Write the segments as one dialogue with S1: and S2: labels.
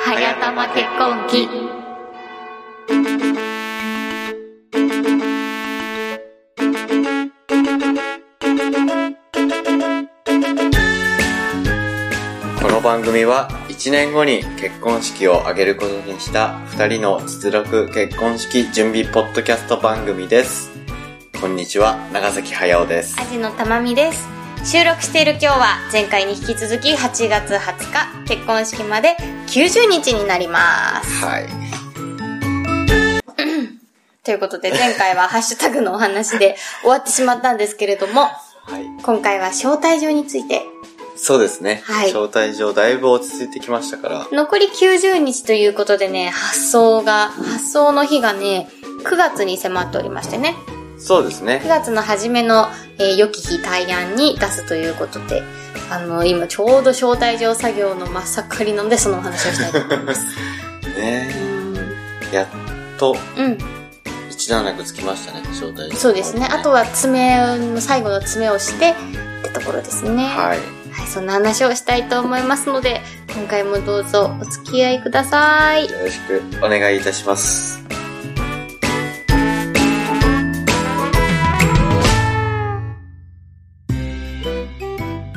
S1: はやたま結婚記
S2: この番組は1年後に結婚式を挙げることにした2人の実力結婚式準備ポッドキャスト番組です。こんにちは、長崎駿です。
S3: アジのたまみです収録している今日は前回に引き続き8月20日結婚式まで90日になります
S2: はい。
S3: ということで前回はハッシュタグのお話で終わってしまったんですけれども
S2: はい。
S3: 今回は招待状について
S2: そうですね。
S3: はい
S2: 招待状だいぶ落ち着いてきましたから。
S3: 残り90日ということでね発送が発送の日がね9月に迫っておりましてね
S2: そうです
S3: 9
S2: ね。
S3: 月の初めの、えー良き日対案に出すということであの今ちょうど招待状作業の真っ盛りなのでそのお話をしたいと思います う
S2: ね
S3: ん
S2: やっと
S3: うん、
S2: 一段落つきましたね、招待状。
S3: そうですね。あとは爪の最後の爪をしてってところですね。。
S2: はいい。
S3: そんな話をしたいと思いますので、今回もどうぞお付き合いください。
S2: よろしくお願いいたします。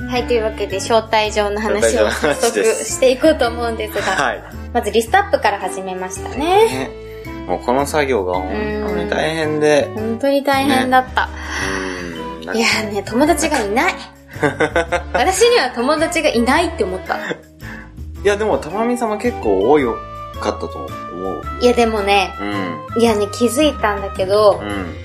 S3: はい、というわけで招待状の話
S2: 招待状
S3: を早
S2: の話
S3: 速
S2: です
S3: していこうと思うんですが、
S2: はい。
S3: まずリストアップから始めましたね。
S2: ね、もうこの作業が本当に大変で、
S3: 本当に大変だった。
S2: うんなん
S3: い
S2: か
S3: やーね、友達がい ない。私には友達がいないって思った。
S2: いやでもたまみ様結構多いかったと思う。
S3: いや、でもね、
S2: うん。
S3: いやね、気づいたんだけど、
S2: うん。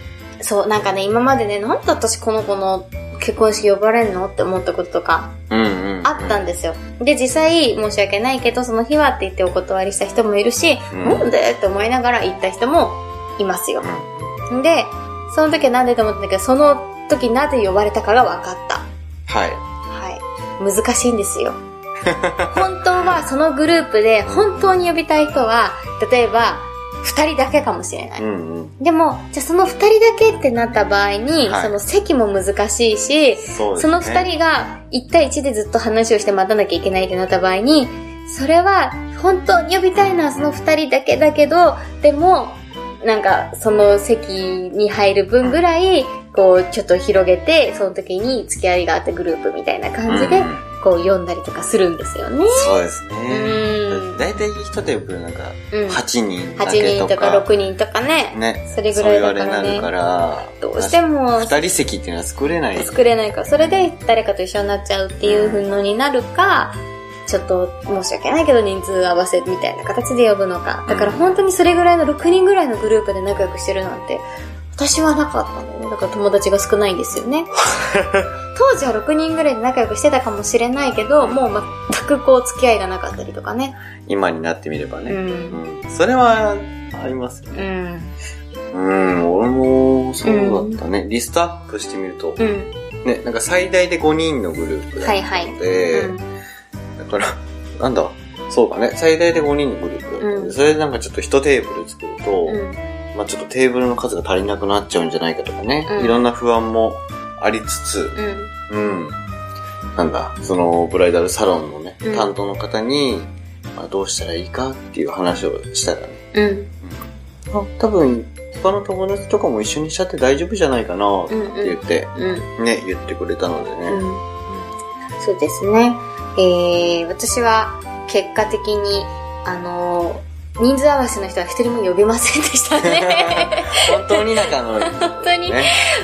S3: そう、なんかね、今までね、なんで私この子の結婚式呼ばれんのって思ったこととか
S2: うんうん、うん。
S3: あったんですよ。で、実際、申し訳ないけど、その日はって言ってお断りした人もいるし、
S2: うん
S3: なんでって思いながら行った人もいますよ
S2: う。ん。
S3: で、その時はなんでと思ったんだけど、その時なぜ呼ばれたかが分かった。
S2: は
S3: はい。難しいん ですよ。本当はそのグループで本当に呼びたい人は、例えば、二人だけかもしれない
S2: い。う。んうん。
S3: でも、じゃあその二人だけってなった場合に、
S2: はい
S3: その席も難しいし、
S2: そうです
S3: そ
S2: ね。
S3: の二人が一対一でずっと話をして待たなきゃいけないってなった場合に、それは本当に呼びたいのはその二人だけだけど、でも、なんかその席に入る分ぐらい、こうちょっと広げて、その時に付き合いがあったグループみたいな感じ
S2: う
S3: で
S2: んう、ん
S3: こう読んだりとかするんですよね。
S2: そうです
S3: う
S2: ね。
S3: ん。
S2: 大体一テーブルなんか
S3: うん
S2: 8人だ
S3: 8
S2: け
S3: 人
S2: と
S3: とか
S2: か。
S3: 6人とかね。
S2: ね。
S3: それぐらい
S2: そ
S3: だ
S2: う言
S3: か
S2: わ
S3: ら
S2: れにな
S3: ね
S2: る。から。
S3: どうしても
S2: 二人席っていうのは作れない。
S3: 作れないから、それで誰かと一緒になっちゃうっていうのになるか、ちょっと申し訳ないけど人数合わせみたいな形で呼ぶのか。だから本当にそれぐらいの6人ぐらいのグループで仲良くしてるなんて、私はなかったんだよね。だから友達が少ないんですよね。当時は6人ぐらいで仲良くしてたかもしれないけど、もう全くこう付き合いがなかったりとかね。
S2: 今になってみれば
S3: う
S2: ね。
S3: ん。
S2: うんそれは、ありますよ
S3: う
S2: ね。
S3: ん。
S2: うん、俺もそうだったね。リストアップしてみると、
S3: うん。
S2: ね、なんか最大で5人のグループだ
S3: はい
S2: っ
S3: は
S2: た
S3: い。
S2: ので、
S3: うん
S2: だから、なんだ、そうだね、最大で5人のグループだったので、
S3: うん
S2: それでなんかちょっと1テーブル作ると、
S3: うん。
S2: まあちょっとテーブルの数が足りなくなっちゃうんじゃないかとかね、
S3: うん
S2: いろんな不安もありつつ、
S3: うん。
S2: うん。なんだ、そのブライダルサロンのね、
S3: うん
S2: 担当の方に、まあ、どうしたらいいかっていう話をしたらね、
S3: うん。
S2: あ多分、他の友達とかも一緒にしちゃって大丈夫じゃないかなって言って、
S3: うん。
S2: ね、言ってくれたのでね。
S3: うん、そうですね。えー、私は結果的に、あのー人数合わせの人は一人も呼びませんでした ね。
S2: 本当に仲のいい、ね。
S3: 本当に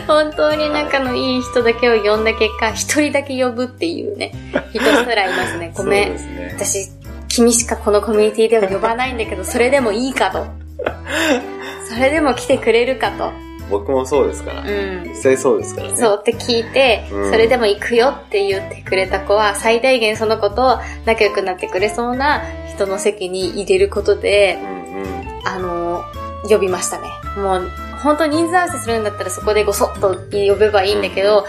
S3: 本当に仲のいい人だけを呼んだ結果、一人だけ呼ぶっていうね、人すらいますね。ごめ
S2: そうで
S3: ん。
S2: すね。
S3: 私、君しかこのコミュニティでは呼ばないんだけど、それでもいいかと。それでも来てくれるかと。
S2: 僕もそうですから。
S3: うん
S2: 実。際そうですからね。
S3: そうって聞いて、
S2: うん
S3: それでも行くよって言ってくれた子は、最大限その子と仲良くなってくれそうな人の席に入れることで
S2: う、んうん。
S3: あの呼びましたね。もう、本当に人数合わせするんだったらそこでごそっと呼べばいいんだけど、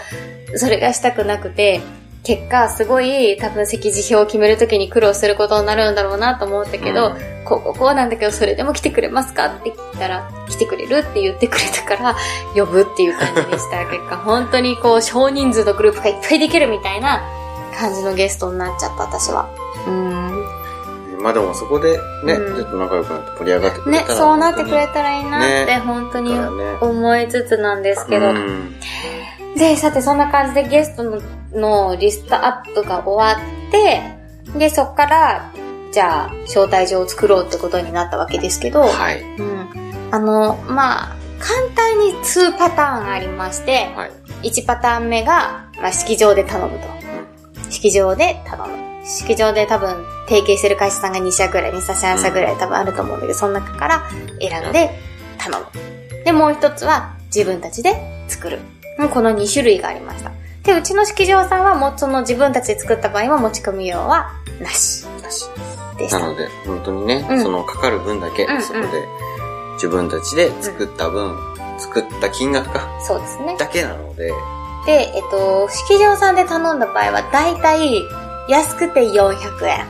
S3: それがしたくなくて、結果、すごい、多分、席次表を決めるときに苦労することになるんだろうなと思ったけど、
S2: うん
S3: こうこうこうなんだけど、それでも来てくれますかって聞いたら、来てくれるって言ってくれたから、呼ぶっていう感じで した。結果、本当にこう、少人数のグループがいっぱいできるみたいな感じのゲストになっちゃった、私は。うーん。
S2: まあでもそこでね、
S3: うん
S2: ちょっと仲良くなって盛り上がってくれ
S3: ね
S2: たら、
S3: そうなってくれたらいいなって
S2: ね
S3: 本当
S2: た
S3: に
S2: からね。
S3: 思いつつなんですけど、
S2: うん
S3: で、さてそんな感じでゲストののリストアップが終わって、で、そっから、じゃあ、招待状を作ろうってことになったわけですけど、
S2: はい。
S3: うん。あの、まあ、簡単に2パターンありまして、
S2: はい。
S3: 1パターン目が、まあ、式場で頼むと。式場で頼む。式場で多分、提携してる会社さんが2社ぐらい、2社3社ぐらい多分あると思うんだけど、その中から選んで頼む。で、もう一つは自分たちで作る。うんこの2種類がありました。で、うちの式場さんはもうその自分たちで作った場合は持ち込み用はなしでした。
S2: なので、本当にね、
S3: うん
S2: そのかかる分だけ
S3: うんう、ん
S2: そこで、自分たちで作った分、作った金額か、
S3: そうですね。
S2: だけなので、
S3: で、えっと、式場さんで頼んだ場合は、だいたい安くて400円。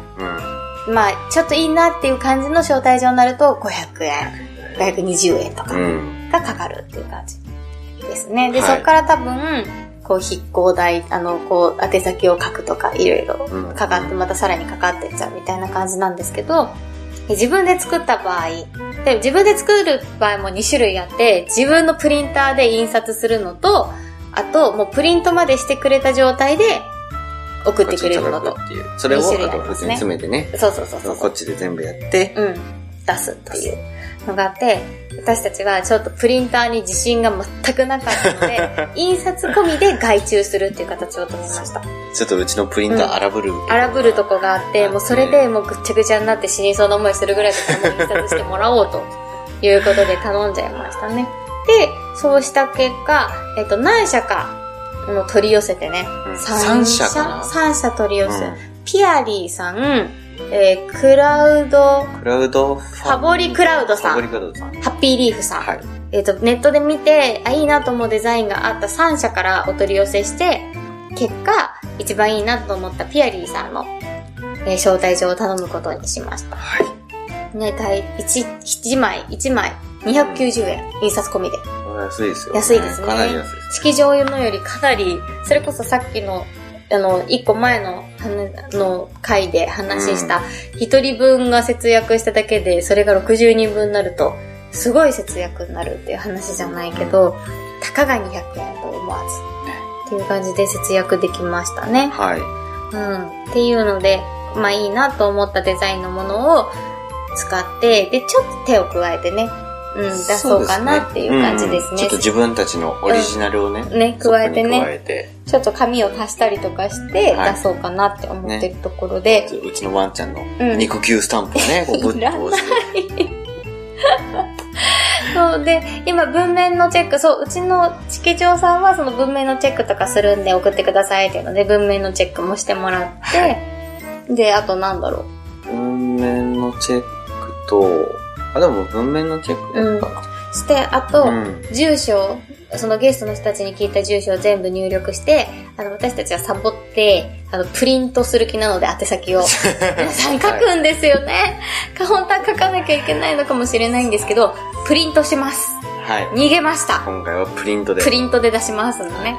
S2: うん。
S3: まあ、ちょっといいなっていう感じの招待状になると500円、520円とか
S2: うん。
S3: がかかるっていう感じですね。で、
S2: は
S3: そ
S2: い
S3: こから多分、こう、筆行代、あの、こう、宛先を書くとか、いろいろ
S2: うん
S3: かかって、またさらにかかってっちゃうみたいな感じなんですけど、で自分で作った場合、で自分で作る場合も2種類あって、自分のプリンターで印刷するのと、あと、もうプリントまでしてくれた状態で送ってくれるのと
S2: こ。っちに届くっていう。それを、
S3: 二種類
S2: あ
S3: あり
S2: と、
S3: ますね
S2: 普通に詰めてね、
S3: そうそうそうそう。
S2: こっちで全部やって、
S3: うん、出すというのがあって、私たちはちょっとプリンターに自信が全くなかったの で、印刷込みで外注するっていう形をとりました。
S2: ちょっとうちのプリンター荒ぶる。
S3: 荒ぶるとこがあって、もうそれでもうぐっちゃぐちゃになって死にそうな思いするぐらいだ からもう印刷してもらおうということで頼んじゃいましたね。で、そうした結果、えっと、何社か、もう取り寄せてね。
S2: うん
S3: 三
S2: 三社かな
S3: 三社取り寄
S2: う
S3: せ。
S2: ん
S3: ピアリーさん、えークラウド、
S2: クラウドフ
S3: ファボリクラウドさん
S2: ファボリクラウドさん。
S3: ハッピーリーフさん。
S2: はい。
S3: えっ、と、ネットで見て、あ、いいなと思うデザインがあった3社からお取り寄せして、結果、一番いいなと思ったピアリーさんの、えー招待状を頼むことにしました。
S2: はい。
S3: ね、大、1、1枚、1枚、290円、印刷込みで。
S2: 安いですよ、
S3: 安いですね
S2: かなり安いです。
S3: 式場用のよりかなり、それこそさっきの、あの、一個前の、はの回で話した、一人分が節約しただけで、それが60人分になると、すごい節約になるっていう話じゃないけど、たかが200円と思わず、っていう感じで節約できましたね。
S2: はい。
S3: うん。っていうので、まあいいなと思ったデザインのものを使って、で、ちょっと手を加えてね、うん、出そうかなっていう感じです
S2: んちょ
S3: ね
S2: っと。自分たちのオリジナルをね、
S3: ね、
S2: そこ
S3: 加
S2: に
S3: えてね。
S2: 加えて。
S3: ちょっと紙を足したりとかして
S2: はい
S3: 出そうかなって思ってるところで、
S2: うちのワンちゃんの
S3: うん
S2: 肉球スタンプをね、こうぶ っ
S3: いらない
S2: 通して。
S3: そうで、今文面のチェック、そう、うちの式長さんはその文面のチェックとかするんで送ってくださいっていうので、文面のチェックもしてもらって、で、あとなんだろ
S2: 文面のチェックと、あ、でも文面のチェックやったか
S3: う。して、あと、
S2: な。うん。
S3: 住所、そのゲストの人たちに聞いた住所を全部入力して、あの、私たちはサボって、あの、プリントする気なので宛先を。皆さん書くんですよね。本当は書かなきゃいけないのかもしれないんですけど、プリントします。
S2: はい。
S3: 逃げました。
S2: 今回はプリントで。
S3: プリントで出しますのね。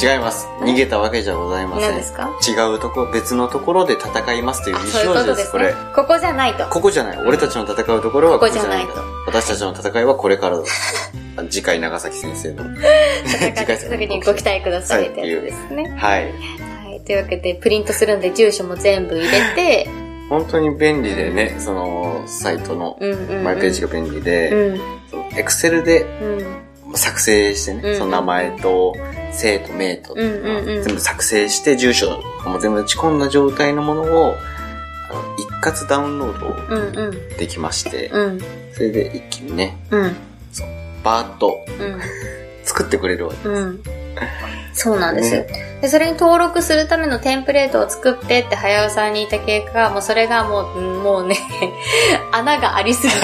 S2: 違います。逃げたわけじゃございませ
S3: 何
S2: ん。
S3: ですか
S2: 違うとこ、別のところで戦いますという
S3: あ、
S2: 意
S3: そういう
S2: 思
S3: こ
S2: 表
S3: と
S2: 示
S3: で
S2: ですす、
S3: ね
S2: これ。。
S3: ここじゃないと。
S2: ここじゃない。俺たちの戦うところは
S3: ここ
S2: ここ
S3: じ
S2: じ
S3: ゃ
S2: ゃ
S3: な
S2: ないい
S3: と
S2: と。私たちの戦いはこれからだ。 あ次回長崎先生の。
S3: 戦った時にご期待くださいってやつですね。
S2: はい。
S3: はい。というわけで、プリントするんで住所も全部入れて、
S2: 本当に便利でね、その、サイトの
S3: うんうん、うん。
S2: マイページが便利
S3: う
S2: で、
S3: ん。
S2: エクセルで
S3: うん。
S2: 作成してね、
S3: うん
S2: その名前と、姓と名と、
S3: うんうんうん
S2: 全部作成して、住所も全部打ち込んだ状態のものを、あの一括ダウンロード
S3: うんうん。
S2: できまして、
S3: うん。
S2: それで一気にね、
S3: うん。
S2: バーッと
S3: うん。
S2: 作ってくれるわけです。
S3: うん。そうなんですよ、で。それに登録するためのテンプレートを作ってって早尾さんに言った結果、もうそれがもう、うんもうね、 穴がありすぎて、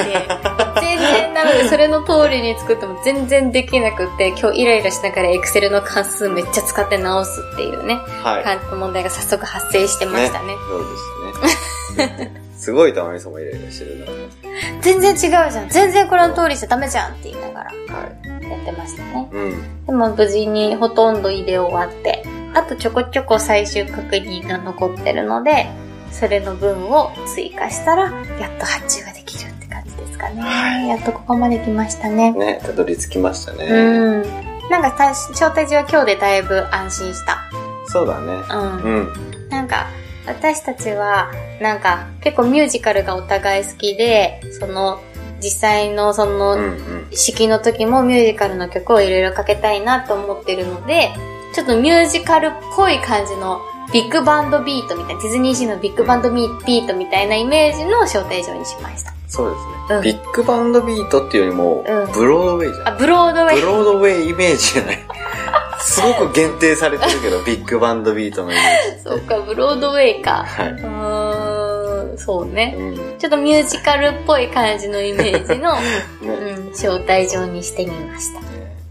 S3: 全然なので、それの通りに作っても全然できなくって、今日イライラしながら Excel の関数めっちゃ使って直すっていうね、
S2: はい。
S3: 感じの問題が早速発生してましたね。
S2: そう ですね。すごいたまみさんもイライラしてるな。
S3: 全然違うじゃん。全然これの通りじゃダメじゃんって言いながら
S2: はい。
S3: やってましたね。
S2: うん。
S3: でも無事にほとんど入れ終わって、あとちょこちょこ最終確認が残ってるので、それの分を追加したら、やっと発注ができるって感じですかね。やっとここまで来ましたね。
S2: ね、たどり着きましたね。
S3: うん。なんかた、招待状は今日でだいぶ安心した。
S2: そうだね。
S3: うん。
S2: うん。
S3: なんか、私たちは、なんか、結構ミュージカルがお互い好きで、その、実際のその、
S2: うんうん。
S3: 式の時もミュージカルの曲をいろいろかけたいなと思ってるので、ちょっとミュージカルっぽい感じのビッグバンドビートみたいな、ディズニーシーのビッグバンドビートみたいなイメージの招待状にしました。
S2: そうですね。
S3: うん
S2: ビッグバンドビートっていうよりも、
S3: うん
S2: ブロードウェイじゃ
S3: あ、
S2: ん。
S3: ブロードウ
S2: ブ
S3: ェイ。
S2: ロードウェイイメージじゃない。すごく限定されてるけど、ビッグバンドビートのイメージ。
S3: そうか、ブロードウェイか。
S2: はい。
S3: うーん、そうね。
S2: うん。
S3: ちょっとミュージカルっぽい感じのイメージ の、
S2: ね。
S3: うん、招待状にしてみました。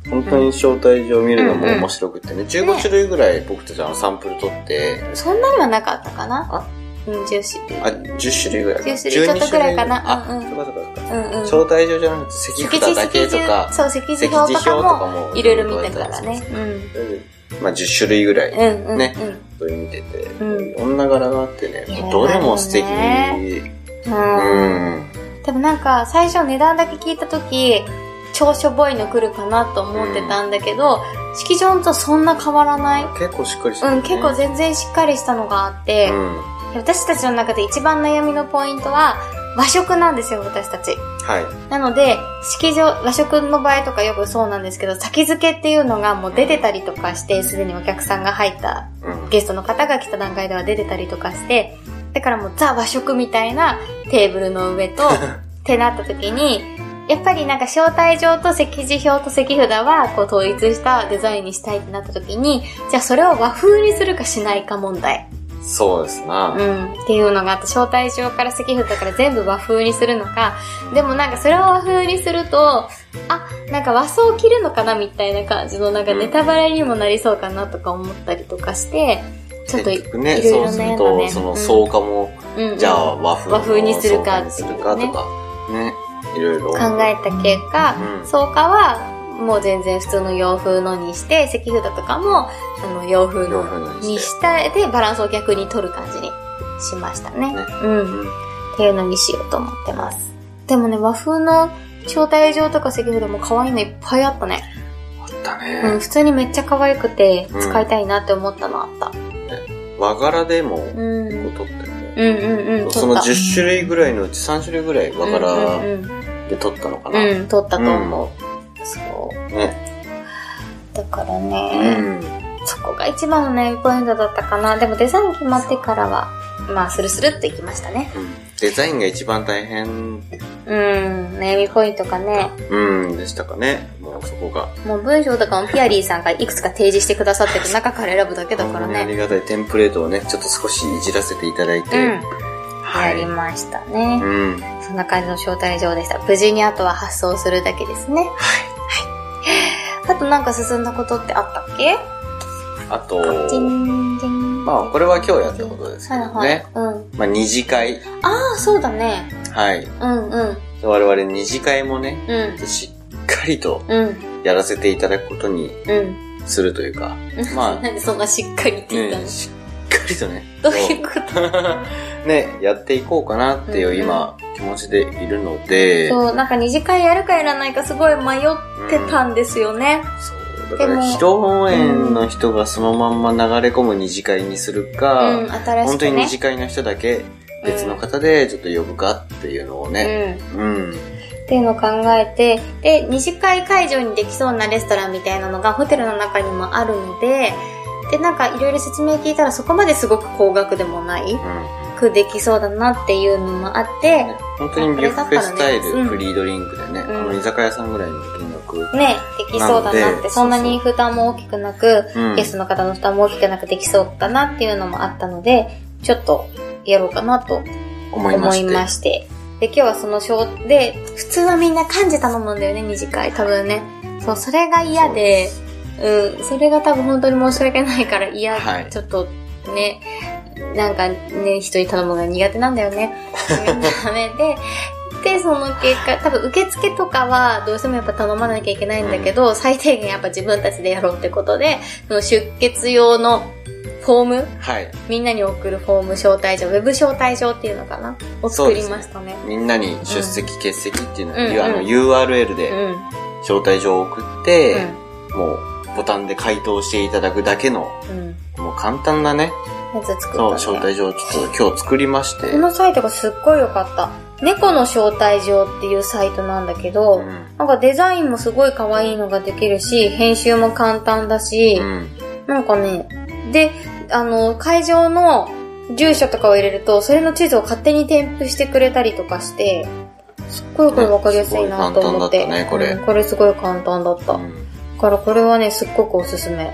S2: 本当に招待状見るのも
S3: うんうん
S2: 面白くってね、15種類ぐらい僕たちあのサンプル取って、
S3: そんなにはなかったかな
S2: あ
S3: うん、女子。
S2: あ、10種類ぐらいかな。
S3: 10種類ちょっとぐらいかな
S2: 12種類
S3: うん
S2: ぐらいあ、そうかそうかそうか。
S3: うんうん。
S2: 招待状じゃなくて、席札だけとか、
S3: そう、席
S2: 席
S3: 次
S2: 次表
S3: 表
S2: と
S3: と
S2: か
S3: か
S2: も
S3: も、いろいろ見てるからね。うん。
S2: まあ10種類ぐらい、
S3: うんうん、
S2: ね
S3: うん。
S2: そういう見てて、
S3: うん
S2: 女柄があってね、
S3: いや
S2: もうどれも素敵。
S3: あ
S2: う
S3: うん
S2: ん。
S3: でもなんか、最初値段だけ聞いたとき、超しょぼいの来るかなと思ってたんだけど、式場とそんな変わらない。
S2: 結構しっかりして
S3: うん、結構
S2: 全
S3: 全然しっかりしたのがあって、
S2: うん。
S3: 私たちの中で一番悩みのポイントは、和食なんですよ、私たち。
S2: は
S3: なので、式場、和食の場合とかよくそうなんですけど、先付けっていうのがもう出てたりとかして、すでにお客さんが入った
S2: い。うん。
S3: ゲストの方が来た段階では出てたりとかして、だからもうザ和食みたいなテーブルの上 と、ってなった時に、やっぱりなんか招待状と席次表と席札はこう統一したデザインにしたいってなった時に、じゃあそれを和風にするかしないか問題。
S2: そうですな。
S3: うん。っていうのがあって、招待状から席札から全部和風にするのか、でもなんかそれを和風にすると、あ、なんか和装着るのかなみたいな感じの、なんかネタバレにもなりそうかなとか思ったりとかして、ちょっとい、
S2: 結局ね、
S3: いろい
S2: そ
S3: ろ
S2: うす
S3: 悩
S2: る
S3: んだ
S2: と、
S3: ね。
S2: その、
S3: う
S2: 草加も、
S3: ん、うん
S2: じゃあ和風の
S3: 和風にするか
S2: そうにするかとか、ね、いろいろ。
S3: 考えた結果、
S2: うん
S3: 草加は、もう全然普通の洋風のにして、席札とかも、あの、洋風
S2: 洋
S3: の
S2: 風のに
S3: に
S2: して。
S3: したでバランスを逆に取る感じにしましたね。
S2: ね
S3: うん、
S2: うん
S3: っていうのにしようと思ってます。でもね、和風の招待状とか席札も可愛いのいっぱいあったね。
S2: だ
S3: うん、
S2: ね。
S3: 普通にめっちゃ可愛くて
S2: うん
S3: 使いたいなって思ったのあった。
S2: 和柄でも、
S3: う
S2: こ
S3: ん。う
S2: うん撮ってね。
S3: うんうん。
S2: その
S3: 取っ
S2: 10種類ぐらいのうち3種類ぐらい
S3: た
S2: 和柄
S3: うんうん
S2: で撮ったのかな。
S3: うん、
S2: ね。
S3: うん、取ったと思う。そう。だから
S2: う
S3: ね、
S2: ん。
S3: そこが一番の悩みポイントだったかな。でもデザイン決まってからは、まあ、スルスルっといきましたね。
S2: デザインが一番大変、
S3: うん、悩みポイントがね、
S2: うん、でしたかね。もうそこが。
S3: もう文章とかもピアリーさんがいくつか提示してくださってる中から選ぶだけだから
S2: 本当にあ
S3: ね。
S2: りがたいテンプレートをね、ちょっと少しいじらせていただいて。
S3: うん。
S2: は
S3: や
S2: い
S3: り。ましたね。
S2: うん。
S3: そんな感じの招待状でした。無事にあとは発送するだけですね。はい。はい。あとなんか進んだことってあったっけ
S2: あと、
S3: ジンジン。
S2: まあ、これは今日やったことですけど
S3: はいはい
S2: ね。。
S3: うん。
S2: まあ、二次会。
S3: ああ、そうだね。
S2: はい。
S3: うんうん。
S2: 我々二次会もね、
S3: うん。
S2: しっかりと
S3: うん。
S2: やらせていただくことに
S3: うん。
S2: するというか、ま
S3: なんでそんなしっかりって言
S2: あ、
S3: ったの
S2: ね、しっかりとね、
S3: どういうこと
S2: う ね、やっていこうかなっていう今、気持ちでいるので、そう
S3: そう、なんか二次会やるかやらないかすごい迷ってたんですよね。
S2: だか
S3: で
S2: ら、
S3: も
S2: 披露宴の人がそのまんま流れ込む二次会にするか、
S3: うん、新し
S2: 本
S3: く
S2: 当に二
S3: ね。
S2: 次会の人だけ別の方でちょっと呼ぶかっていうのをね、
S3: うん。
S2: うん、
S3: っていうのを考えて、で、二次会会場にできそうなレストランみたいなのがホテルの中にもあるので、で、なんかいろいろ説明聞いたらそこまですごく高額でもない
S2: うん
S3: くできそうだなっていうのもあって、
S2: 本当にビュッフェスタイ
S3: う
S2: ル、
S3: ん
S2: フリードリンクでね、
S3: うん
S2: あの居酒屋さんぐらいの金額、
S3: ね、できそうだ
S2: な
S3: な
S2: の
S3: っ
S2: で
S3: て、そんなに負担も大きくなく、
S2: うん
S3: ゲストの方の負担も大きくなくできそうだなっていうのもあったので、ちょっとやろうかなと
S2: 思いま
S3: 思
S2: し
S3: い
S2: て。
S3: まして。で、今日はその小で、普通はみんな漢字頼むんだよね、二次会。多分ね。そう、それが嫌で、うん、それが多分本当に申し訳ないから嫌、
S2: はい
S3: ちょっとね、なんかね、人に頼むのが苦手なんだよね。ダメで、で、その結果、多分受付とかはどうしてもやっぱ頼まなきゃいけないんだけど、最低限やっぱ自分たちでやろうってことで、その出血用のフォーム
S2: はい。
S3: みんなに送るフォーム招待状、ウェブ招待状っていうのかなを作りましたね。
S2: みんなに出席、欠席っていうのを、
S3: うん
S2: あの
S3: うん
S2: URL
S3: う
S2: で
S3: ん。
S2: 招待状を送って、もうボタンで回答していただくだけの、
S3: うん。うん。
S2: もう簡単なね、
S3: やつ作った、ね。
S2: そう、招待状をちょっと今日作りまして。
S3: このサイトがすっごい良かった。猫の招待状っていうサイトなんだけど、
S2: うん
S3: なんかデザインもすごい可愛いのができるし、編集も簡単だし、
S2: うん。
S3: なんかね、で、あの、会場の住所とかを入れると、それの地図を勝手に添付してくれたりとかして、すっごいこれ分かりやすいなと思って。
S2: ねすごい簡単だったねこれ
S3: うんこれすごい簡単だった。だからこれはね、すっごくおすすめ。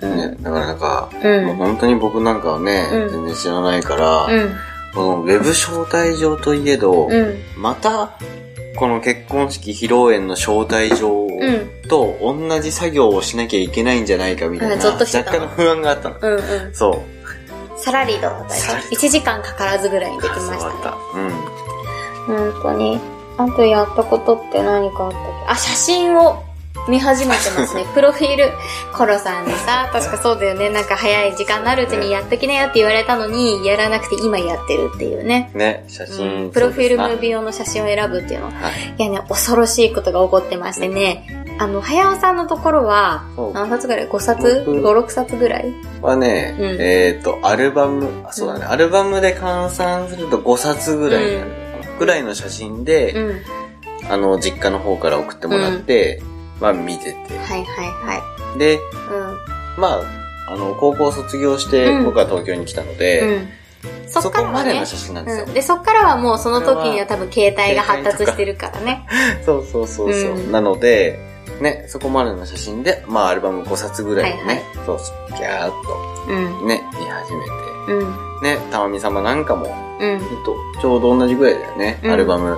S2: うんね、だからなんか、
S3: うん
S2: もう本当に僕なんかはね、
S3: うん
S2: 全然知らないから、
S3: うん。
S2: このウェブ招待状といえど、
S3: うん。
S2: また、この結婚式披露宴の招待状を
S3: うん。
S2: と同じ作業をしなきゃいけないんじゃないかみたい
S3: うん
S2: な、
S3: ゾッとして
S2: 若
S3: た
S2: 干の不安があったの。
S3: うんうん。
S2: そう。
S3: サラリードだった
S2: サラリード
S3: 1時間かからずぐらいにできまし
S2: そ
S3: た
S2: うだ
S3: ね
S2: っ。た。うん。
S3: 本当に。あとやったことって何かあったっけあ、写真を見始めて ますね。プロフィール。コロさんにさ、確かそうだよね。なんか早い時間のあるうちにやっときなよって言われたのに、やらなくて今やってるっていうね。
S2: ね、写真、
S3: うん、プロフィールムービー
S2: を。
S3: 用の写真を選ぶっていうの。
S2: はい。
S3: いやね、恐ろしいことが起こってましてね。あの、早尾さんのところは
S2: そう、
S3: 何冊ぐらい ?5 冊
S2: 僕
S3: ?5、6冊ぐらい
S2: はね、
S3: うん
S2: えっ、と、アルバム、あ、そうだね、アルバムで換算すると5冊ぐらいになるのかなぐらいの写真で、
S3: うん。はい
S2: あの、実家の方から送ってもらって、まあ見てて。
S3: はいは
S2: で、
S3: い。う
S2: まあ、あの、高校卒業して
S3: うん
S2: 僕は東京に来たので、
S3: ん。うん。そっ
S2: そ
S3: か
S2: こ
S3: らは
S2: まで
S3: ね
S2: の、写真なんですよ
S3: うん、。で、そっからはもうその時には多分携帯が発達してるからね。
S2: そうそうそうそう。
S3: うん
S2: なので、ね、そこまでの写真で、まあアルバム5冊ぐらいをね、そうそう、ギャーっ
S3: うん。
S2: とね、見始め
S3: うん。
S2: て。ね、たまみ様なんかも、
S3: うん。
S2: ほんと、ちょうど同じぐらいだよね、
S3: うん
S2: アルバム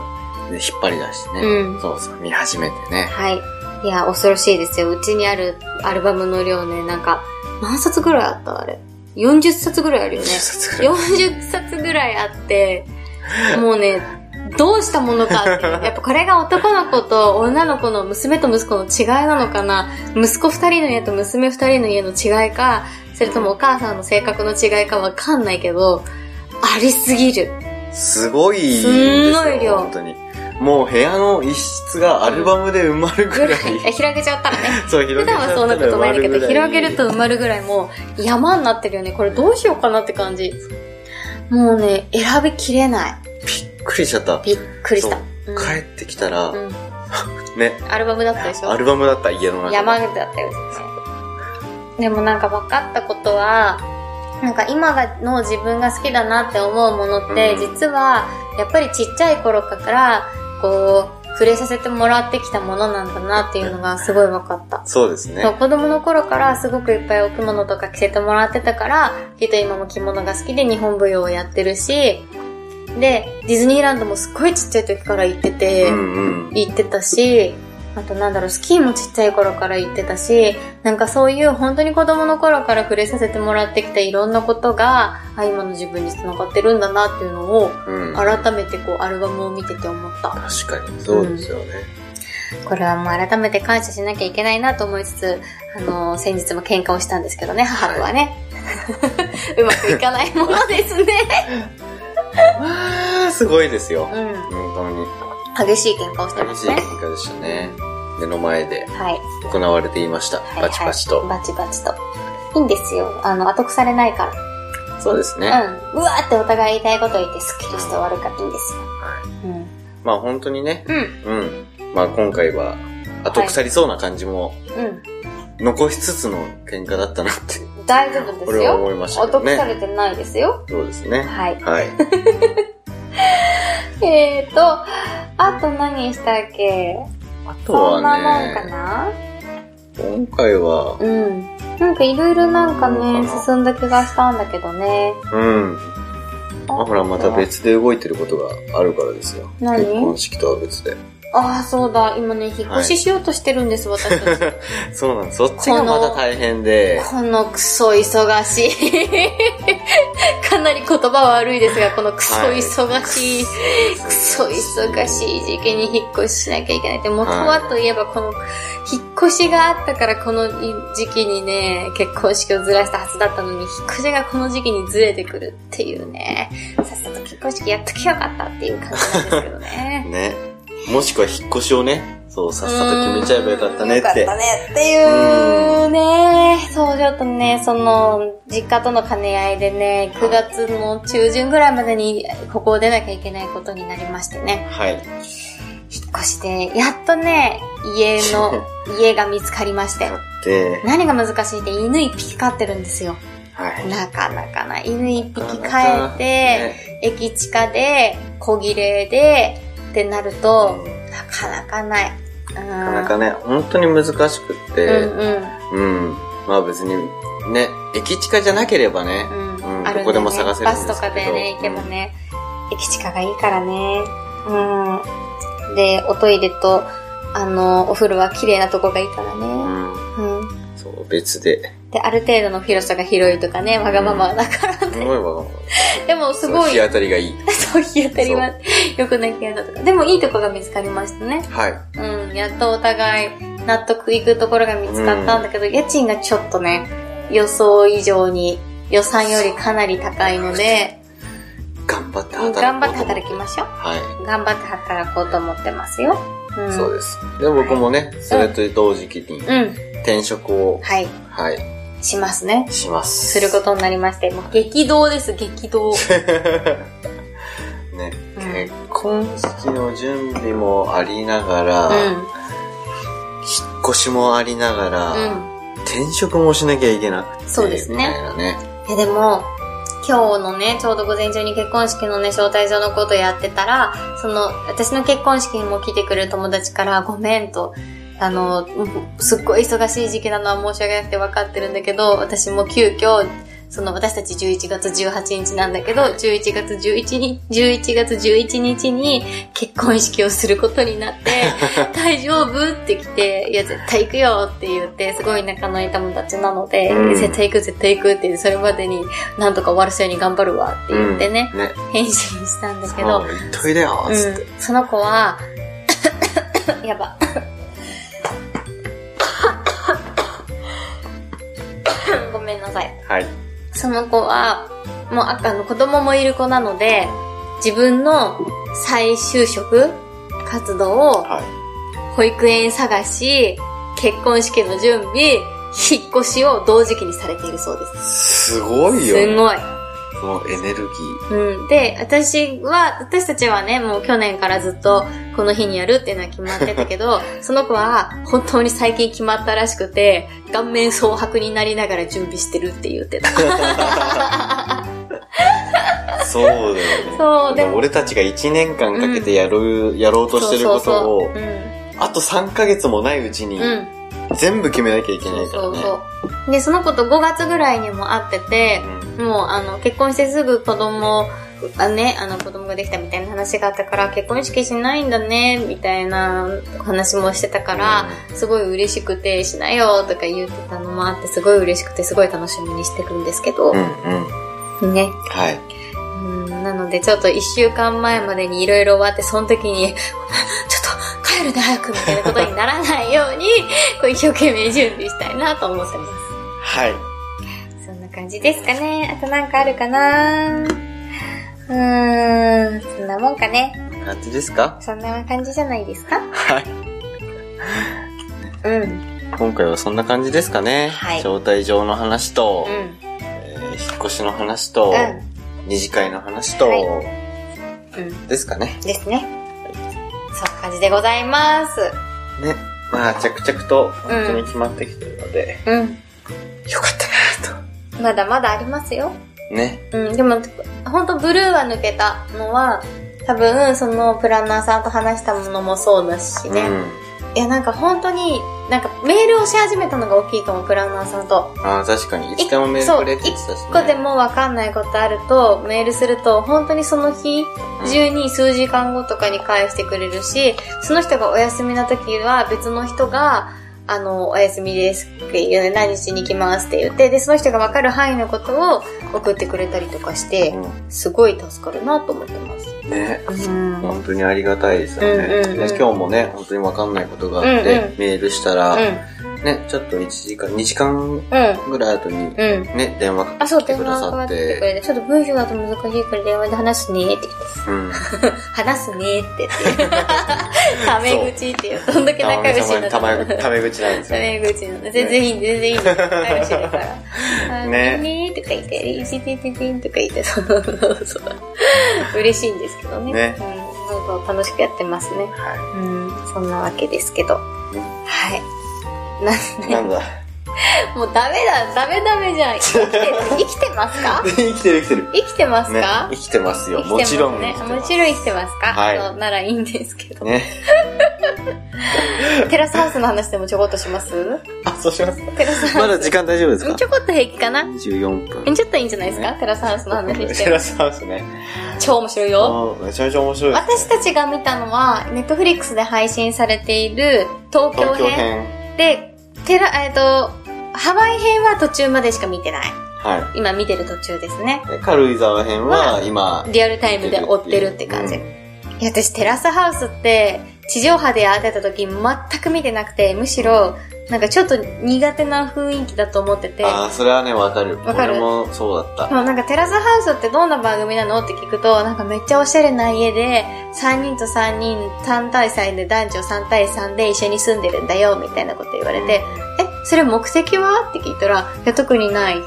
S2: で引っ張り出してね、
S3: うん
S2: そうそう、見始めてね。
S3: はい。いや、恐ろしいですよ。うちにあるアルバムの量ね、なんか、何冊ぐらいあったあれ。40冊ぐらいあるよ
S2: 10
S3: ね。
S2: 冊 ぐらい。
S3: 40冊ぐらいあって、もうね、どうしたものかって いう。やっぱこれが男の子と女の子の娘と息子の違いなのかな息子二人の家と娘二人の家の違いか、それともお母さんの性格の違いかわかんないけど、ありすぎる。
S2: すごいです
S3: すんごい量
S2: よ、本当に。もう部屋の一室がアルバムで埋まるぐ
S3: ぐ
S2: ら
S3: ら
S2: い。
S3: い。え広げちゃったらね。
S2: そう、
S3: 普
S2: 広げ
S3: 段
S2: ちゃっ
S3: は
S2: た
S3: そんな
S2: ら
S3: こと
S2: 埋
S3: な
S2: ま
S3: いんだ
S2: る
S3: け
S2: ぐ
S3: ど、
S2: らい。
S3: 広げると埋まるぐらいもう山になってるよね。これどうしようかなって感じ。もうね、選びきれない。
S2: びっくりしちゃった。
S3: びっくりした。
S2: そ
S3: う
S2: う
S3: ん
S2: 帰ってきたら、
S3: うん
S2: ね、
S3: アルバムだったでしょ
S2: アルバムだった家の中で
S3: 山口だったよね。でもなんか分かったことは、なんか今がの自分が好きだなって思うものって、
S2: うん
S3: 実はやっぱりちっちゃい頃から、こう、触れさせてもらってきたものなんだなっていうのがすごい分かった。
S2: そうですね
S3: そう子供の頃からすごくいっぱいお着物とか着せてもらってたから、きっと今も着物が好きで日本舞踊をやってるし、で、ディズニーランドもすっごいちっちゃい時から行ってて、
S2: うんうん
S3: 行ってたし、あとなんだろう、スキーもちっちゃい頃から行ってたし、なんかそういう本当に子供の頃から触れさせてもらってきたいろんなことが、あ、今の自分に繋がってるんだなっていうのを、
S2: うん
S3: 改めてこうアルバムを見てて思った。
S2: 確かにそうですよね、
S3: これはもう改めて感謝しなきゃいけないなと思いつつ、あのー先日も喧嘩をしたんですけどね、母とはね。うまくいかないものですね。
S2: まあすごいですよ、
S3: う
S2: 本
S3: ん。激しい喧嘩をして
S2: 当に
S3: ま
S2: 激
S3: す
S2: しい
S3: ね。
S2: 結果でしたね目の前で
S3: はい。
S2: 行われていました、
S3: はいはい
S2: バチバチと、
S3: バチバチと。いいんですよ。あの、後腐れないから。
S2: そうですね、はい
S3: うん。うわーってお互い言いたいこと言ってスッキリして終わるからいいんですよ。うん。
S2: まあ本当にね
S3: うん。
S2: うんまあ今回は後腐りそうな感じも残しつつの喧嘩だったなって
S3: うん。大丈夫です
S2: これは
S3: よ。
S2: 思いましたけど
S3: お得さ
S2: ね
S3: れてないですよ。
S2: そうですね
S3: はい。
S2: はい
S3: えーと、あと何したっけ
S2: あと
S3: そんなもん
S2: は
S3: か
S2: ね
S3: な
S2: 今回は
S3: うん。なんかいろいろなんか
S2: そんなもん
S3: ね
S2: か、な
S3: 進んだ気がしたんだけどね。
S2: うんあほらまた別で動いてることがあるからですよ
S3: 何
S2: 結婚式とは別で
S3: ああ、そうだ。今ね、引っ越ししようとしてるんです、私たち。
S2: そうなんです。そっちがまだ大変で。
S3: このクソ忙しい。 かなり言葉は悪いですが、このクソ忙しい、クソ忙しい時期に引っ越ししなきゃいけないって、元はといえばこの、引っ越しがあったからこの時期にね、結婚式をずらしたはずだったのに、引っ越しがこの時期にずれてくるっていうね、さっさと結婚式やっときゃよかったっていう感じなんですけどね。
S2: ね。もしくは引っ越しをね、そう、 さっさと決めちゃえばよかったねっ
S3: よかってた。ねっていうね、そうちょっとね、その、実家との兼ね合いでね、9月の中旬ぐらいまでにここを出なきゃいけないことになりましてね、
S2: はい。
S3: 引っ越して、やっとね、家 の、家が見つかりまして
S2: 買。って、
S3: 何が難しいって犬一匹飼ってるんですよ。
S2: はい。
S3: なかなかな。犬一匹
S2: なかな
S3: 飼
S2: か
S3: えて、
S2: ね
S3: 駅地下で、小切れで、ってなると、
S2: うん
S3: なかなかない。な
S2: なかなかね、本当に難しくっ
S3: う
S2: て、
S3: んうん。
S2: うん。まあ別に、ね、駅近じゃなければね、
S3: う、
S2: うんん
S3: あるんだよね
S2: どこでも探せるんですけど
S3: バスとかでね、行けばね、駅近がいいからね。うん。で、おトイレと、あの、お風呂は綺麗なとこがいいから
S2: う
S3: ね。
S2: ん。
S3: うん。
S2: そう、別で。
S3: で、ある程度の広さが広いとかね、わがままだから。
S2: すごいわ。
S3: でも、すごい
S2: 日、当たりがいい。
S3: そう、日当たりは良くなきゃなとか。でも、いいとこが見つかりましたね。
S2: はい。
S3: うん。やっとお互い、納得いくところが見つかったんだけど、家賃がちょっとね、予想以上に、予算よりかなり高いので、
S2: 頑張って働く。
S3: 頑張って働きましょう。
S2: はい。
S3: 頑張って働こうと思ってますよ。うん、
S2: そうです。で、僕もね、それと同時期に
S3: うん。
S2: 転職を、
S3: はい。
S2: はい、
S3: しますね。
S2: します。
S3: することになりまして、もう激動です、激動。
S2: ね、
S3: うん
S2: 結婚式の準備もありながら、
S3: うん。う
S2: 引っ越しもありながら、
S3: ん。
S2: 転職もしなきゃいけなくて、
S3: そうですね
S2: みたいなね。
S3: いやでも、今日のね、ちょうど午前中に結婚式のね、招待状のことやってたら、その、私の結婚式にも来てくれる友達から、ごめんと、あの、うんすっごい忙しい時期なのは申し訳なくて分かってるんだけど、私も急遽、その私たち11月18日なんだけど、11月11日、11月11日に結婚式をすることになっ て、大丈夫って来て、いや絶対行くよって言って、すごい仲のいい友達なので、
S2: うん
S3: 絶対行く絶対行くって、それまでになんとか終わらせるように頑張るわって言ってね、
S2: うんね。
S3: 返信したんだけ
S2: そう
S3: ど、
S2: 言っといでよ、つって。
S3: うん、その子は、やば。 ごめんなさい。
S2: はい。
S3: その子は、もうああの子供もいる子なので、自分の再就職活動を、
S2: は
S3: 保育園探し、結婚式の準備、引っ越しを同時期にされているそう
S2: い。すご
S3: で
S2: い
S3: す。
S2: よ、
S3: す
S2: ね。
S3: ごい。
S2: そのエネルギー。
S3: うん。で、私は、私たちはね、もう去年からずっとこの日にやるっていうのは決まってたけ ど、その子は本当に最近決まったらしくて、顔面蒼白になりながら準備してるって言ってた。
S2: そうだよね。
S3: そうでも
S2: 俺たちが1年間かけてやる、やろうとしてることを
S3: そうそう、そううん
S2: あと3ヶ月もないうちに、
S3: うん。
S2: 全部決めなきゃいけな
S3: そう
S2: いから
S3: そう
S2: ね。
S3: そう。で、その子と5月ぐらいにも会ってて、もうあの結婚してすぐ子供がね、あの子供ができたみたいな話があったから、結婚式しないんだね、みたいなお話もしてたから、すごい嬉しくて、しなよとか言ってたのもあって、すごい嬉しくて、すごい楽しみにしてるんですけど
S2: うん、うん。
S3: ね。
S2: はい。
S3: うんなので、ちょっと一週間前までにいろいろ終わって、その時に、ちょっ と帰るで早くみたいなことにならないように、 こう一生懸命準備したいなと思ってます。
S2: はい。
S3: そんな感じですかね。あとなんかあるかなうーん、そんなもんかね。
S2: 感じですか
S3: そんな感じじゃないですか
S2: はい。
S3: うん。うん。
S2: 今回はそんな感じですかね。
S3: はい
S2: 招待状の話と、
S3: う
S2: えー引っ越しの話
S3: ん。
S2: と、二次会の話と、
S3: はうん。
S2: ですかね。
S3: ですね。そんな感じでございます。
S2: ね。まあ、着々と本当に決まってきてるので、
S3: うん。
S2: よかったなぁ
S3: まだまだありますよ。
S2: と。ね。
S3: うん。でも、ほんとブルーは抜けたのは、多分、そのプランナーさんと話したものもそうだしね。
S2: うん。
S3: いや、なんか本当になんかメールをし始めたのが大きいかも、プランナーさんと。
S2: ああ、確かに。いつでもメールくれって言ってたし、ね。
S3: 一個でもわかんないことあると、メールすると、本当にその日中に数時間後とかに返してくれるし、その人がお休みの時は別の人が、あの、お休みですっていうね、何日に来ますって言って、で、その人がわかる範囲のことを送ってくれたりとかして、すごい助かるなと思ってます。
S2: うんね。
S3: うん。
S2: 本当にありがたいですよね。
S3: うんうんうん
S2: で今日もね、本当にわかんないことがあって、
S3: うんうん
S2: メールしたら、
S3: う
S2: ね、ちょっと1時間、2時間
S3: ん。うん。
S2: ぐらい後に、
S3: うん。
S2: ね、電話か
S3: あ、そう、
S2: けて
S3: 電
S2: くだ
S3: 話かか
S2: さ
S3: っ
S2: って
S3: く
S2: て、
S3: れて、ちょっと文章だと難しいから電話で話すねって。
S2: うん。
S3: 話すねってって。タメ口っていう。どんだけ仲良しになっ
S2: にた
S3: た
S2: まため口なんです
S3: タ
S2: よ。
S3: メ口なの。全然いいんで、全然いいんで。仲良しだから。
S2: ね
S3: ねねとか言って、いじてててんとか言って、その、そうそう。嬉しいんですけどね。
S2: ね
S3: うん。なんか楽しくやってますね。
S2: は
S3: うん。そんなわけですけど。はい。
S2: い。なんだ。
S3: もうダメだ、ダメダメじゃん。生きてる、生きてますか
S2: 生きてる生きてる。
S3: 生きてます
S2: ね
S3: か、、
S2: 生きてますよ。
S3: 生きてます
S2: もちろん
S3: ね
S2: 生きてます。
S3: もちろん生きてますか、
S2: はい
S3: そうならいいんですけ ど。
S2: ね。
S3: テラスハウスの話でもちょこっとします
S2: あ、そうします。
S3: テラスハ
S2: ま
S3: ウ
S2: だ時間大丈夫です
S3: ス。
S2: か
S3: ちょこっと平気かな
S2: 24分。
S3: ちょっといいんじゃないですか、
S2: ね
S3: テラスハウスの話 し
S2: テ
S3: て
S2: ラ。スハウスね。
S3: 超面白いよ。
S2: うんめちゃめちゃ面白いで
S3: 私
S2: す
S3: たちが見たのは、ネットフリックスで配信されている東京
S2: ね。東京
S3: 編
S2: 編。
S3: で、テラ、えっと、ハワイ編は途中までしか見てない。
S2: は
S3: 今見てる途中ですね。
S2: い。で軽井沢編は今、
S3: リアルタイムで追ってるって感じ。
S2: う
S3: いや、私テラスハウスって、地上波で会ってた時全く見てなくて、むしろ、なんかちょっと苦手な雰囲気だと思ってて。
S2: ああ、それはね、わかる。
S3: わかる
S2: 俺もそうだっ
S3: でもなんかテラスハウスってどんな番組なのって聞くと、なんかめっちゃおしゃれな家で、3人と3人、3対3で男女3対3で一緒に住んでるんだよ、みたいなこと言われて、え、それ目的はって聞いたら、いや、特にないっていう。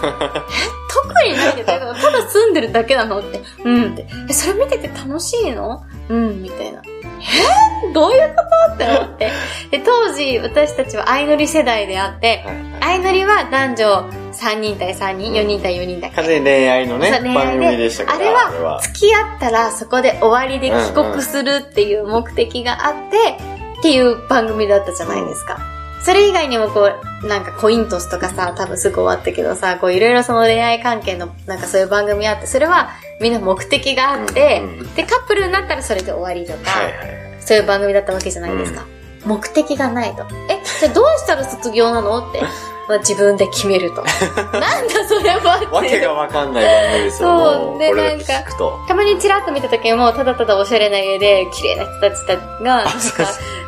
S3: 特にないけど、ただ住んでるだけなのって。うんって。え、それ見てて楽しいのうん、みたいな。えーどういうことって思って。で、当時、私たちは相乗り世代であって、
S2: た。はい。
S3: 相乗りは男女3人対3人、4人対4人だけ。
S2: 完全に恋愛のね
S3: そう、恋愛
S2: 番
S3: で
S2: 組でしたから。
S3: あれは付き合ったらそこで終わりで帰国するっていう目的があって、っていう番組だったじゃないですか。それ以外にもこう、なんかコイントスとかさ、多分すぐ終わったけどさ、こういろいろその恋愛関係のなんかそういう番組あって、それはみんな目的があって、
S2: うんうん
S3: で、カップルになったらそれで終わりとか、
S2: はいはい。
S3: そういう番組だったわけじゃないですか。目的がないと。え、じゃあどうしたら卒業なのって、まあ、自分で決め ると。なんだそれはって。
S2: わけがわかんない番組ですよ。
S3: そう
S2: も
S3: で
S2: これだけ聞くと。
S3: たまにチラッと見た時も、ただただおしゃれな家で、綺麗な人たちが、なんか、
S2: そう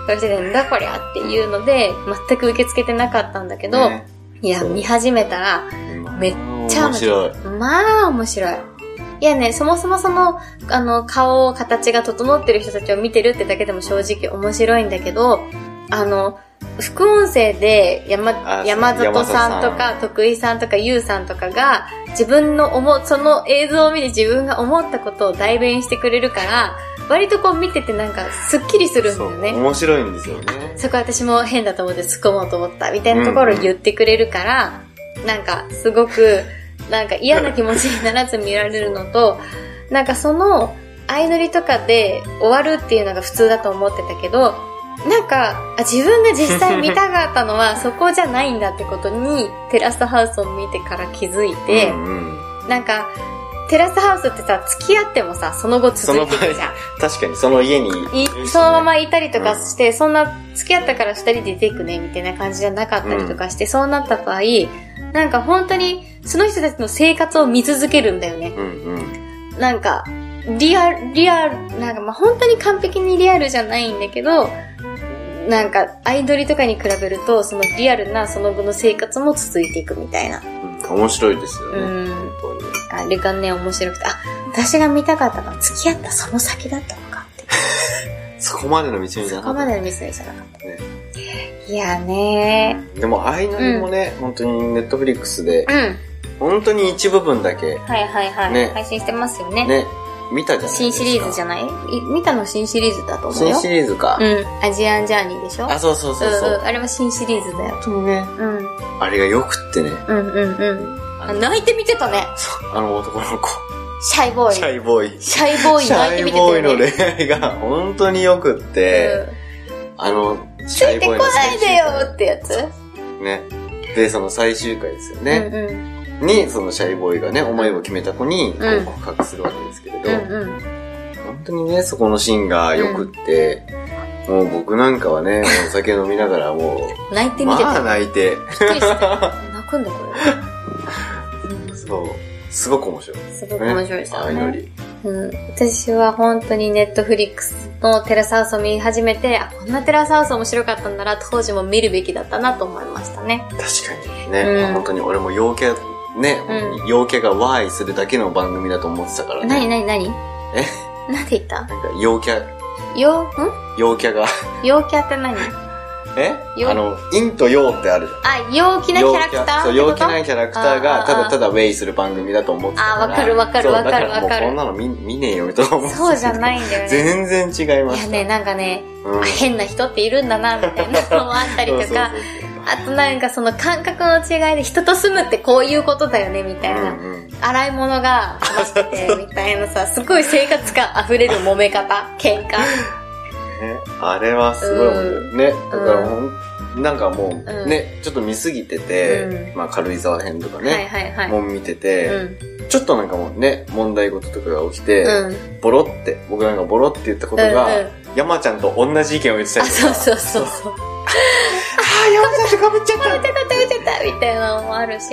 S3: こうしてなんだこりゃっていうので、全く受け付けてなかったんだけど、
S2: ね
S3: いや、
S2: そう
S3: 見始めたら、めっちゃ
S2: 面白い。
S3: まあ面白い。いやね、そもそもその、あの、顔、形が整ってる人たちを見てるってだけでも正直面白いんだけど、あの、副音声で山、
S2: あそう
S3: 山里さんと
S2: 山
S3: か、徳井さんとか、ゆうさんとかが、自分の思う、その映像を見て自分が思ったことを代弁してくれるから、割とこう見ててなんか、すっきりするんだよね。
S2: そう面白いんですよね。
S3: そこ私も変だと思って突っ込もうと思ったみたいなところを言ってくれるから、なんかすごく、なんか嫌な気持ちにならず見られるのと、なんかその、相乗りとかで終わるっていうのが普通だと思ってたけど、なんか、あ自分が実際見たかったの はそこじゃないんだってことに、テラスハウスを見てから気づいて
S2: う、んうん
S3: なんか、テラスハウスってさ、付き合ってもさ、その後続いてるじゃん。
S2: 確かに、その家にい
S3: い
S2: るしね
S3: そのままいたりとかして、そんな付き合ったから二人で出ていくねみたいな感じじゃなかったりとかして、そうなった場合なんか本当にその人たちの生活を見続けるんだよね
S2: うんうん。
S3: なんかリアルリアルなんかまあ本当に完璧にリアルじゃないんだけどなんかアイドルとかに比べるとそのリアルなその後の生活も続いていくみたいな
S2: うん面白いですよね。
S3: うん
S2: 本当に。
S3: あれがね面白くてあ私が見たかったのは付き合ったその先だったのかって
S2: そこまでの道じゃ
S3: そ
S2: な
S3: こ
S2: かっ
S3: ま
S2: た。
S3: でのミスでしたなかった、
S2: ね
S3: いやね
S2: でも、アイナリもね、本当にネットフリックスで
S3: う、ん
S2: 本当に一部分だけ、
S3: はいはいはい。
S2: ね
S3: 配信してますよね。
S2: ね、見たじゃないですか。
S3: 新シリーズじゃないい見たの新シリーズだと思う
S2: 新
S3: よ。
S2: シリーズか
S3: う。ん。アジアンジャーニーでしょ
S2: あ、そうそうそうそ
S3: ん
S2: う。
S3: ん。あれは新シリーズだよ。
S2: 本当にね、
S3: うん。
S2: あれが良くってね。
S3: うんうんうん。
S2: あ
S3: あ
S2: の、
S3: 泣いて見てたね。
S2: そうあの男の子。
S3: シャイボーイ。
S2: シャイボーイ。
S3: シャイボーイ
S2: シ
S3: 泣い
S2: ャ
S3: て
S2: イ
S3: 見てたよ
S2: ボー
S3: ね。
S2: イの恋愛が本当に良くって、あの、
S3: ついてこないでよってやつ
S2: ね。で、その最終回ですよね。
S3: うんうん。
S2: に、そのシャイボーイがね、思いを決めた子に、こ
S3: うん
S2: う告白するわけですけれど、
S3: うんうん。
S2: 本当にね、そこのシーンが良くって、もう僕なんかはね、もうお酒飲みながらも
S3: 泣いて
S2: う、
S3: みて
S2: まあ
S3: た。
S2: 泣いて、
S3: びっくりした。泣くんだこ れ。うん
S2: そう、すごく面白い。
S3: すごく面白いです
S2: あ
S3: よ
S2: あいうのよ
S3: ね。
S2: り。
S3: うん、私は本当にネットフリックスのテラスハウスを見始めて、あ、こんなテラスハウス面白かったんだな、当時も見るべきだったなと思いましたね。
S2: 確かにね、
S3: うん
S2: 本当に俺も陽気ね、
S3: う
S2: 陽気がワイするだけの番組だと思ってたから
S3: なに
S2: ね。
S3: なになに
S2: え
S3: なんて言った
S2: なんか陽キャ、
S3: よ、ん
S2: 陽キャが、
S3: 陽キャって何
S2: え
S3: 陽
S2: あの、陰と陽ってあるじゃ
S3: あ、
S2: ん。
S3: 陽気なキャラクターってこと
S2: そう陽気なキャラクター
S3: あー
S2: がた
S3: あー
S2: だただウェイする番組だと思ってたから
S3: あーわかるわかる
S2: そう
S3: わかる
S2: だらもう
S3: わかる
S2: こんなの見見ねえよと思ってた
S3: そうじゃないんだよね。
S2: 全然違いま
S3: い
S2: し
S3: や
S2: た
S3: ね、なんかね、
S2: うん
S3: あ変な人っているんだな、みたいなのもあったりと
S2: そうそう
S3: か、あとなんかその感覚の違いで人と住むってこういうことだよね、みたい
S2: そう
S3: な。
S2: うんうん
S3: 洗い物が楽しくて、みたいなさ、すごい生活感溢れる揉め方、喧嘩。
S2: ねあれはすごい面白いねだからほんなんかも
S3: う
S2: うんねちょっと見すぎて
S3: う
S2: てまあ軽井沢編とか
S3: はい
S2: ね
S3: はいはい。
S2: もん見て
S3: う
S2: て
S3: ん。
S2: ちょっとなんかもうね問題事とかが起きて
S3: うん。
S2: ボロって僕なんかボロって言ったこと
S3: うんう
S2: が
S3: ん
S2: 山ちゃんと同じ意見を言ってた
S3: あ、
S2: りと
S3: そう
S2: か
S3: そうそうそう。
S2: あー山ちゃんと被っちゃった
S3: 見てた見てたみたいなのもあるし、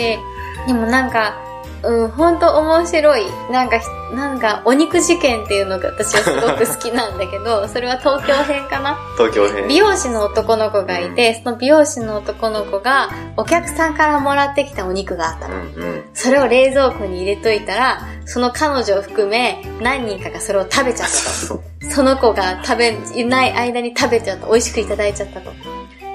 S3: でもなんか、うん、ほんと面白い。なんかひ、なんか、お肉事件っていうのが私はすごく好きなんだけど、 それは東京編かな
S2: 東京編
S3: 美容師の男の子がいて、その美容師の男の子が、お客さんからもらってきたお肉があった
S2: う
S3: の。
S2: んうん
S3: それを冷蔵庫に入れといたら、その彼女を含め何人かがそれを食べちゃったと。その子が食べない間に食べちゃった、美味しくいただいちゃったと。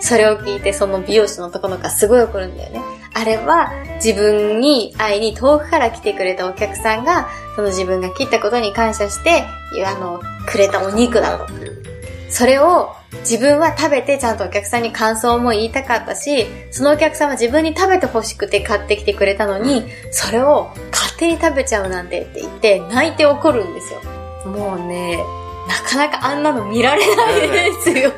S3: それを聞いて、その美容師の男の子がすごい怒るんだよね。あれは、自分に会いに遠くから来てくれたお客さんが、その自分が切ったことに感謝して、あの、くれたお肉だと。
S2: っていう。
S3: それを自分は食べてちゃんとお客さんに感想も言いたかったし、そのお客さんは自分に食べて欲しくて買ってきてくれたのに、それを勝手に食べちゃうなんてって言って泣いて怒るんですよ。もうね、なかなかあんなの見られないです よ。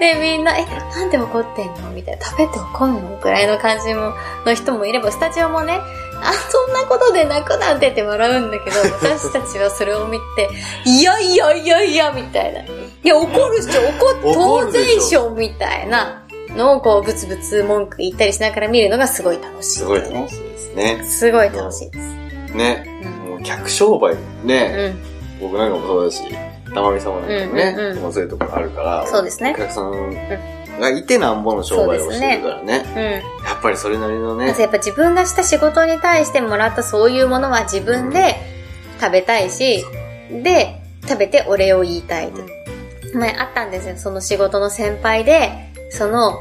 S3: で、みんな、え、なんで怒ってんのみたいな、食べて怒んのぐらいの感じも、の人もいれば、スタジオもね、あ、そんなことで泣くなんてって笑うんだけ ど、私たちはそれを見て、いやいやいやいや、みたいな。いや、怒るっしょ、怒
S2: 怒
S3: っ、当
S2: るでしょ
S3: 然っしょ、みたいなのをこう、ブツブツ文句言ったりしながら見るのがすごい楽しい。
S2: すごい楽しいですね。
S3: すごい楽しいです。
S2: ね。
S3: うん。
S2: もう客商売
S3: う
S2: ね、
S3: ん。
S2: 僕なんかもそうだし、玉美さんもなんかもね、
S3: うんうんうん
S2: もうそういうところあるから、
S3: そうですね
S2: お客さんがいてなんぼの商売をしてるからね。
S3: うん。
S2: やっぱりそれなりの
S3: ま
S2: ね
S3: ず、やっぱ自分がした仕事に対してもらったそういうものは自分で食べたいし、で、食べてお礼を言いたいと。前あったんですよ、その仕事の先輩で、その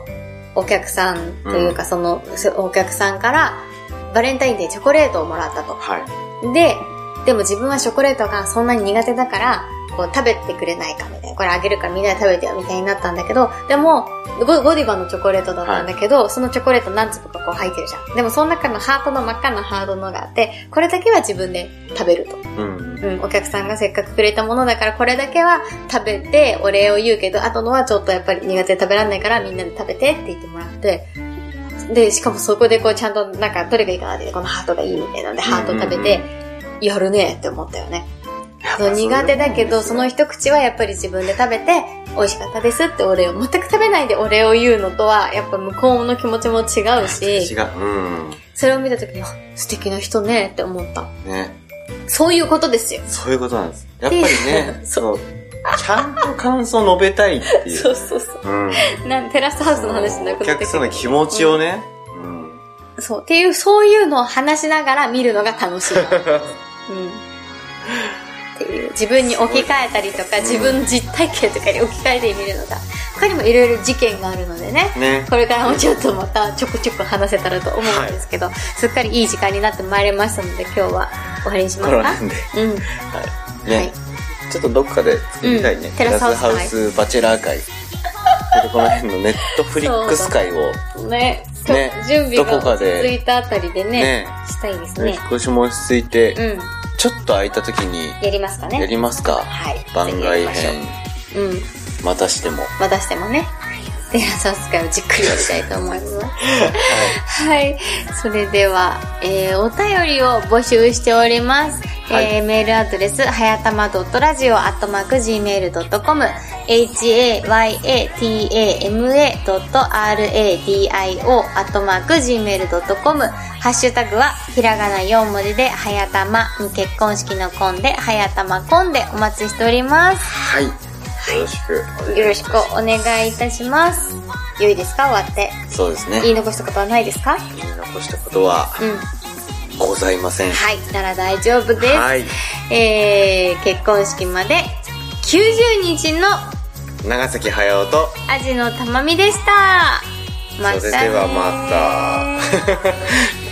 S3: お客さんというか、そのそお客さんからバレンタインデーチョコレートをもらったと。
S2: はい。
S3: で、でも自分はチョコレートがそんなに苦手だから、こう食べてくれないかみたいな。これあげるからみんなで食べてよみたいになったんだけど、でも、ゴゴディバのチョコレートだったんだけど、そのチョコレート何粒かこう入ってるじゃん。でもその中のハートの真っ赤なハートのがあって、これだけは自分で食べると。
S2: うん。
S3: うん、お客さんがせっかくくれたものだから、これだけは食べてお礼を言うけど、あとのはちょっとやっぱり苦手で食べられないからみんなで食べてって言ってもらって、で、しかもそこでこうちゃんとなんかどれがいいかなって、このハートがいいみたいなので、ハート食べて、やるねって思ったよね。
S2: やっ
S3: そ
S2: ぱ
S3: う苦手だけど、その一口はやっぱり自分で食べて、美味しかったですってお礼を、全く食べないでお礼を言うのとは、やっぱ向こうの気持ちも違う
S2: 違
S3: し、
S2: う。うん。
S3: それを見た時に、あ素敵な人ねって思った。
S2: ね。
S3: そういうことですよ。
S2: そういうことなんです。やっぱりね、
S3: そ
S2: その、ちゃんと感想述べたいっていう。
S3: そうそうそう。
S2: うん。
S3: なんテラスハウスの話じゃなく
S2: お
S3: なって
S2: 客さんの気持ちをね、うん。
S3: そう。っていう、そういうのを話しながら見るのが楽 しい。うん。っていう、自分に置き換えたりとか、
S2: す
S3: 自
S2: ごい
S3: 分の実体験とかに置き換えてみるのが、他にもいろいろ事件があるのでね。
S2: ね。
S3: これからもちょっとまたちょくちょく話せたらと思うんですけど、すっかりいい時間になってまいりましたので、今日は終わりにしま
S2: コ
S3: す
S2: ロ
S3: か
S2: ナなんで。
S3: うん。
S2: ね、
S3: はい
S2: ちょっとどっかで作りたいね、
S3: うん
S2: テラスハウ
S3: テラス
S2: スバチェラー会ちょっとこの辺のネットフリックス会を
S3: ね、ちょ
S2: ね
S3: 準備
S2: どこ
S3: が
S2: か
S3: 落
S2: で
S3: ち着いたあたりでね、
S2: ね
S3: したいです
S2: 引
S3: ね
S2: っ。越しも落ち着いて、
S3: うん。
S2: ちょっと空いた時に
S3: やりますかね。
S2: やりますか、
S3: はい。
S2: 番
S3: ぜ
S2: 外
S3: ひやりま
S2: 編
S3: しょう。うん。
S2: またしても
S3: またしてもね。エラサス会をじっくりやりたいと思います。はい。それでは、えー、お便りを募集しております。
S2: はい
S3: えー、メールアドレス、はやたま .radio.gmail.com、hayatama.radio.gmail.com、ハッシュタグは、ひらがな4文字で、はやたま、結婚式のコンで、はやたまコンでお待ちしております。
S2: はい。よろしくお願いします。
S3: よろしくお願いいたします。良いですか終わって。
S2: そうですね。
S3: 言い残したことはないですか
S2: 言い残したことは
S3: うん。
S2: ございません。
S3: はい、なら大丈夫です。
S2: はい
S3: えー、結婚式まで90日の
S2: 長崎駿と、
S3: アジのたまみでした。またねー
S2: それではまた。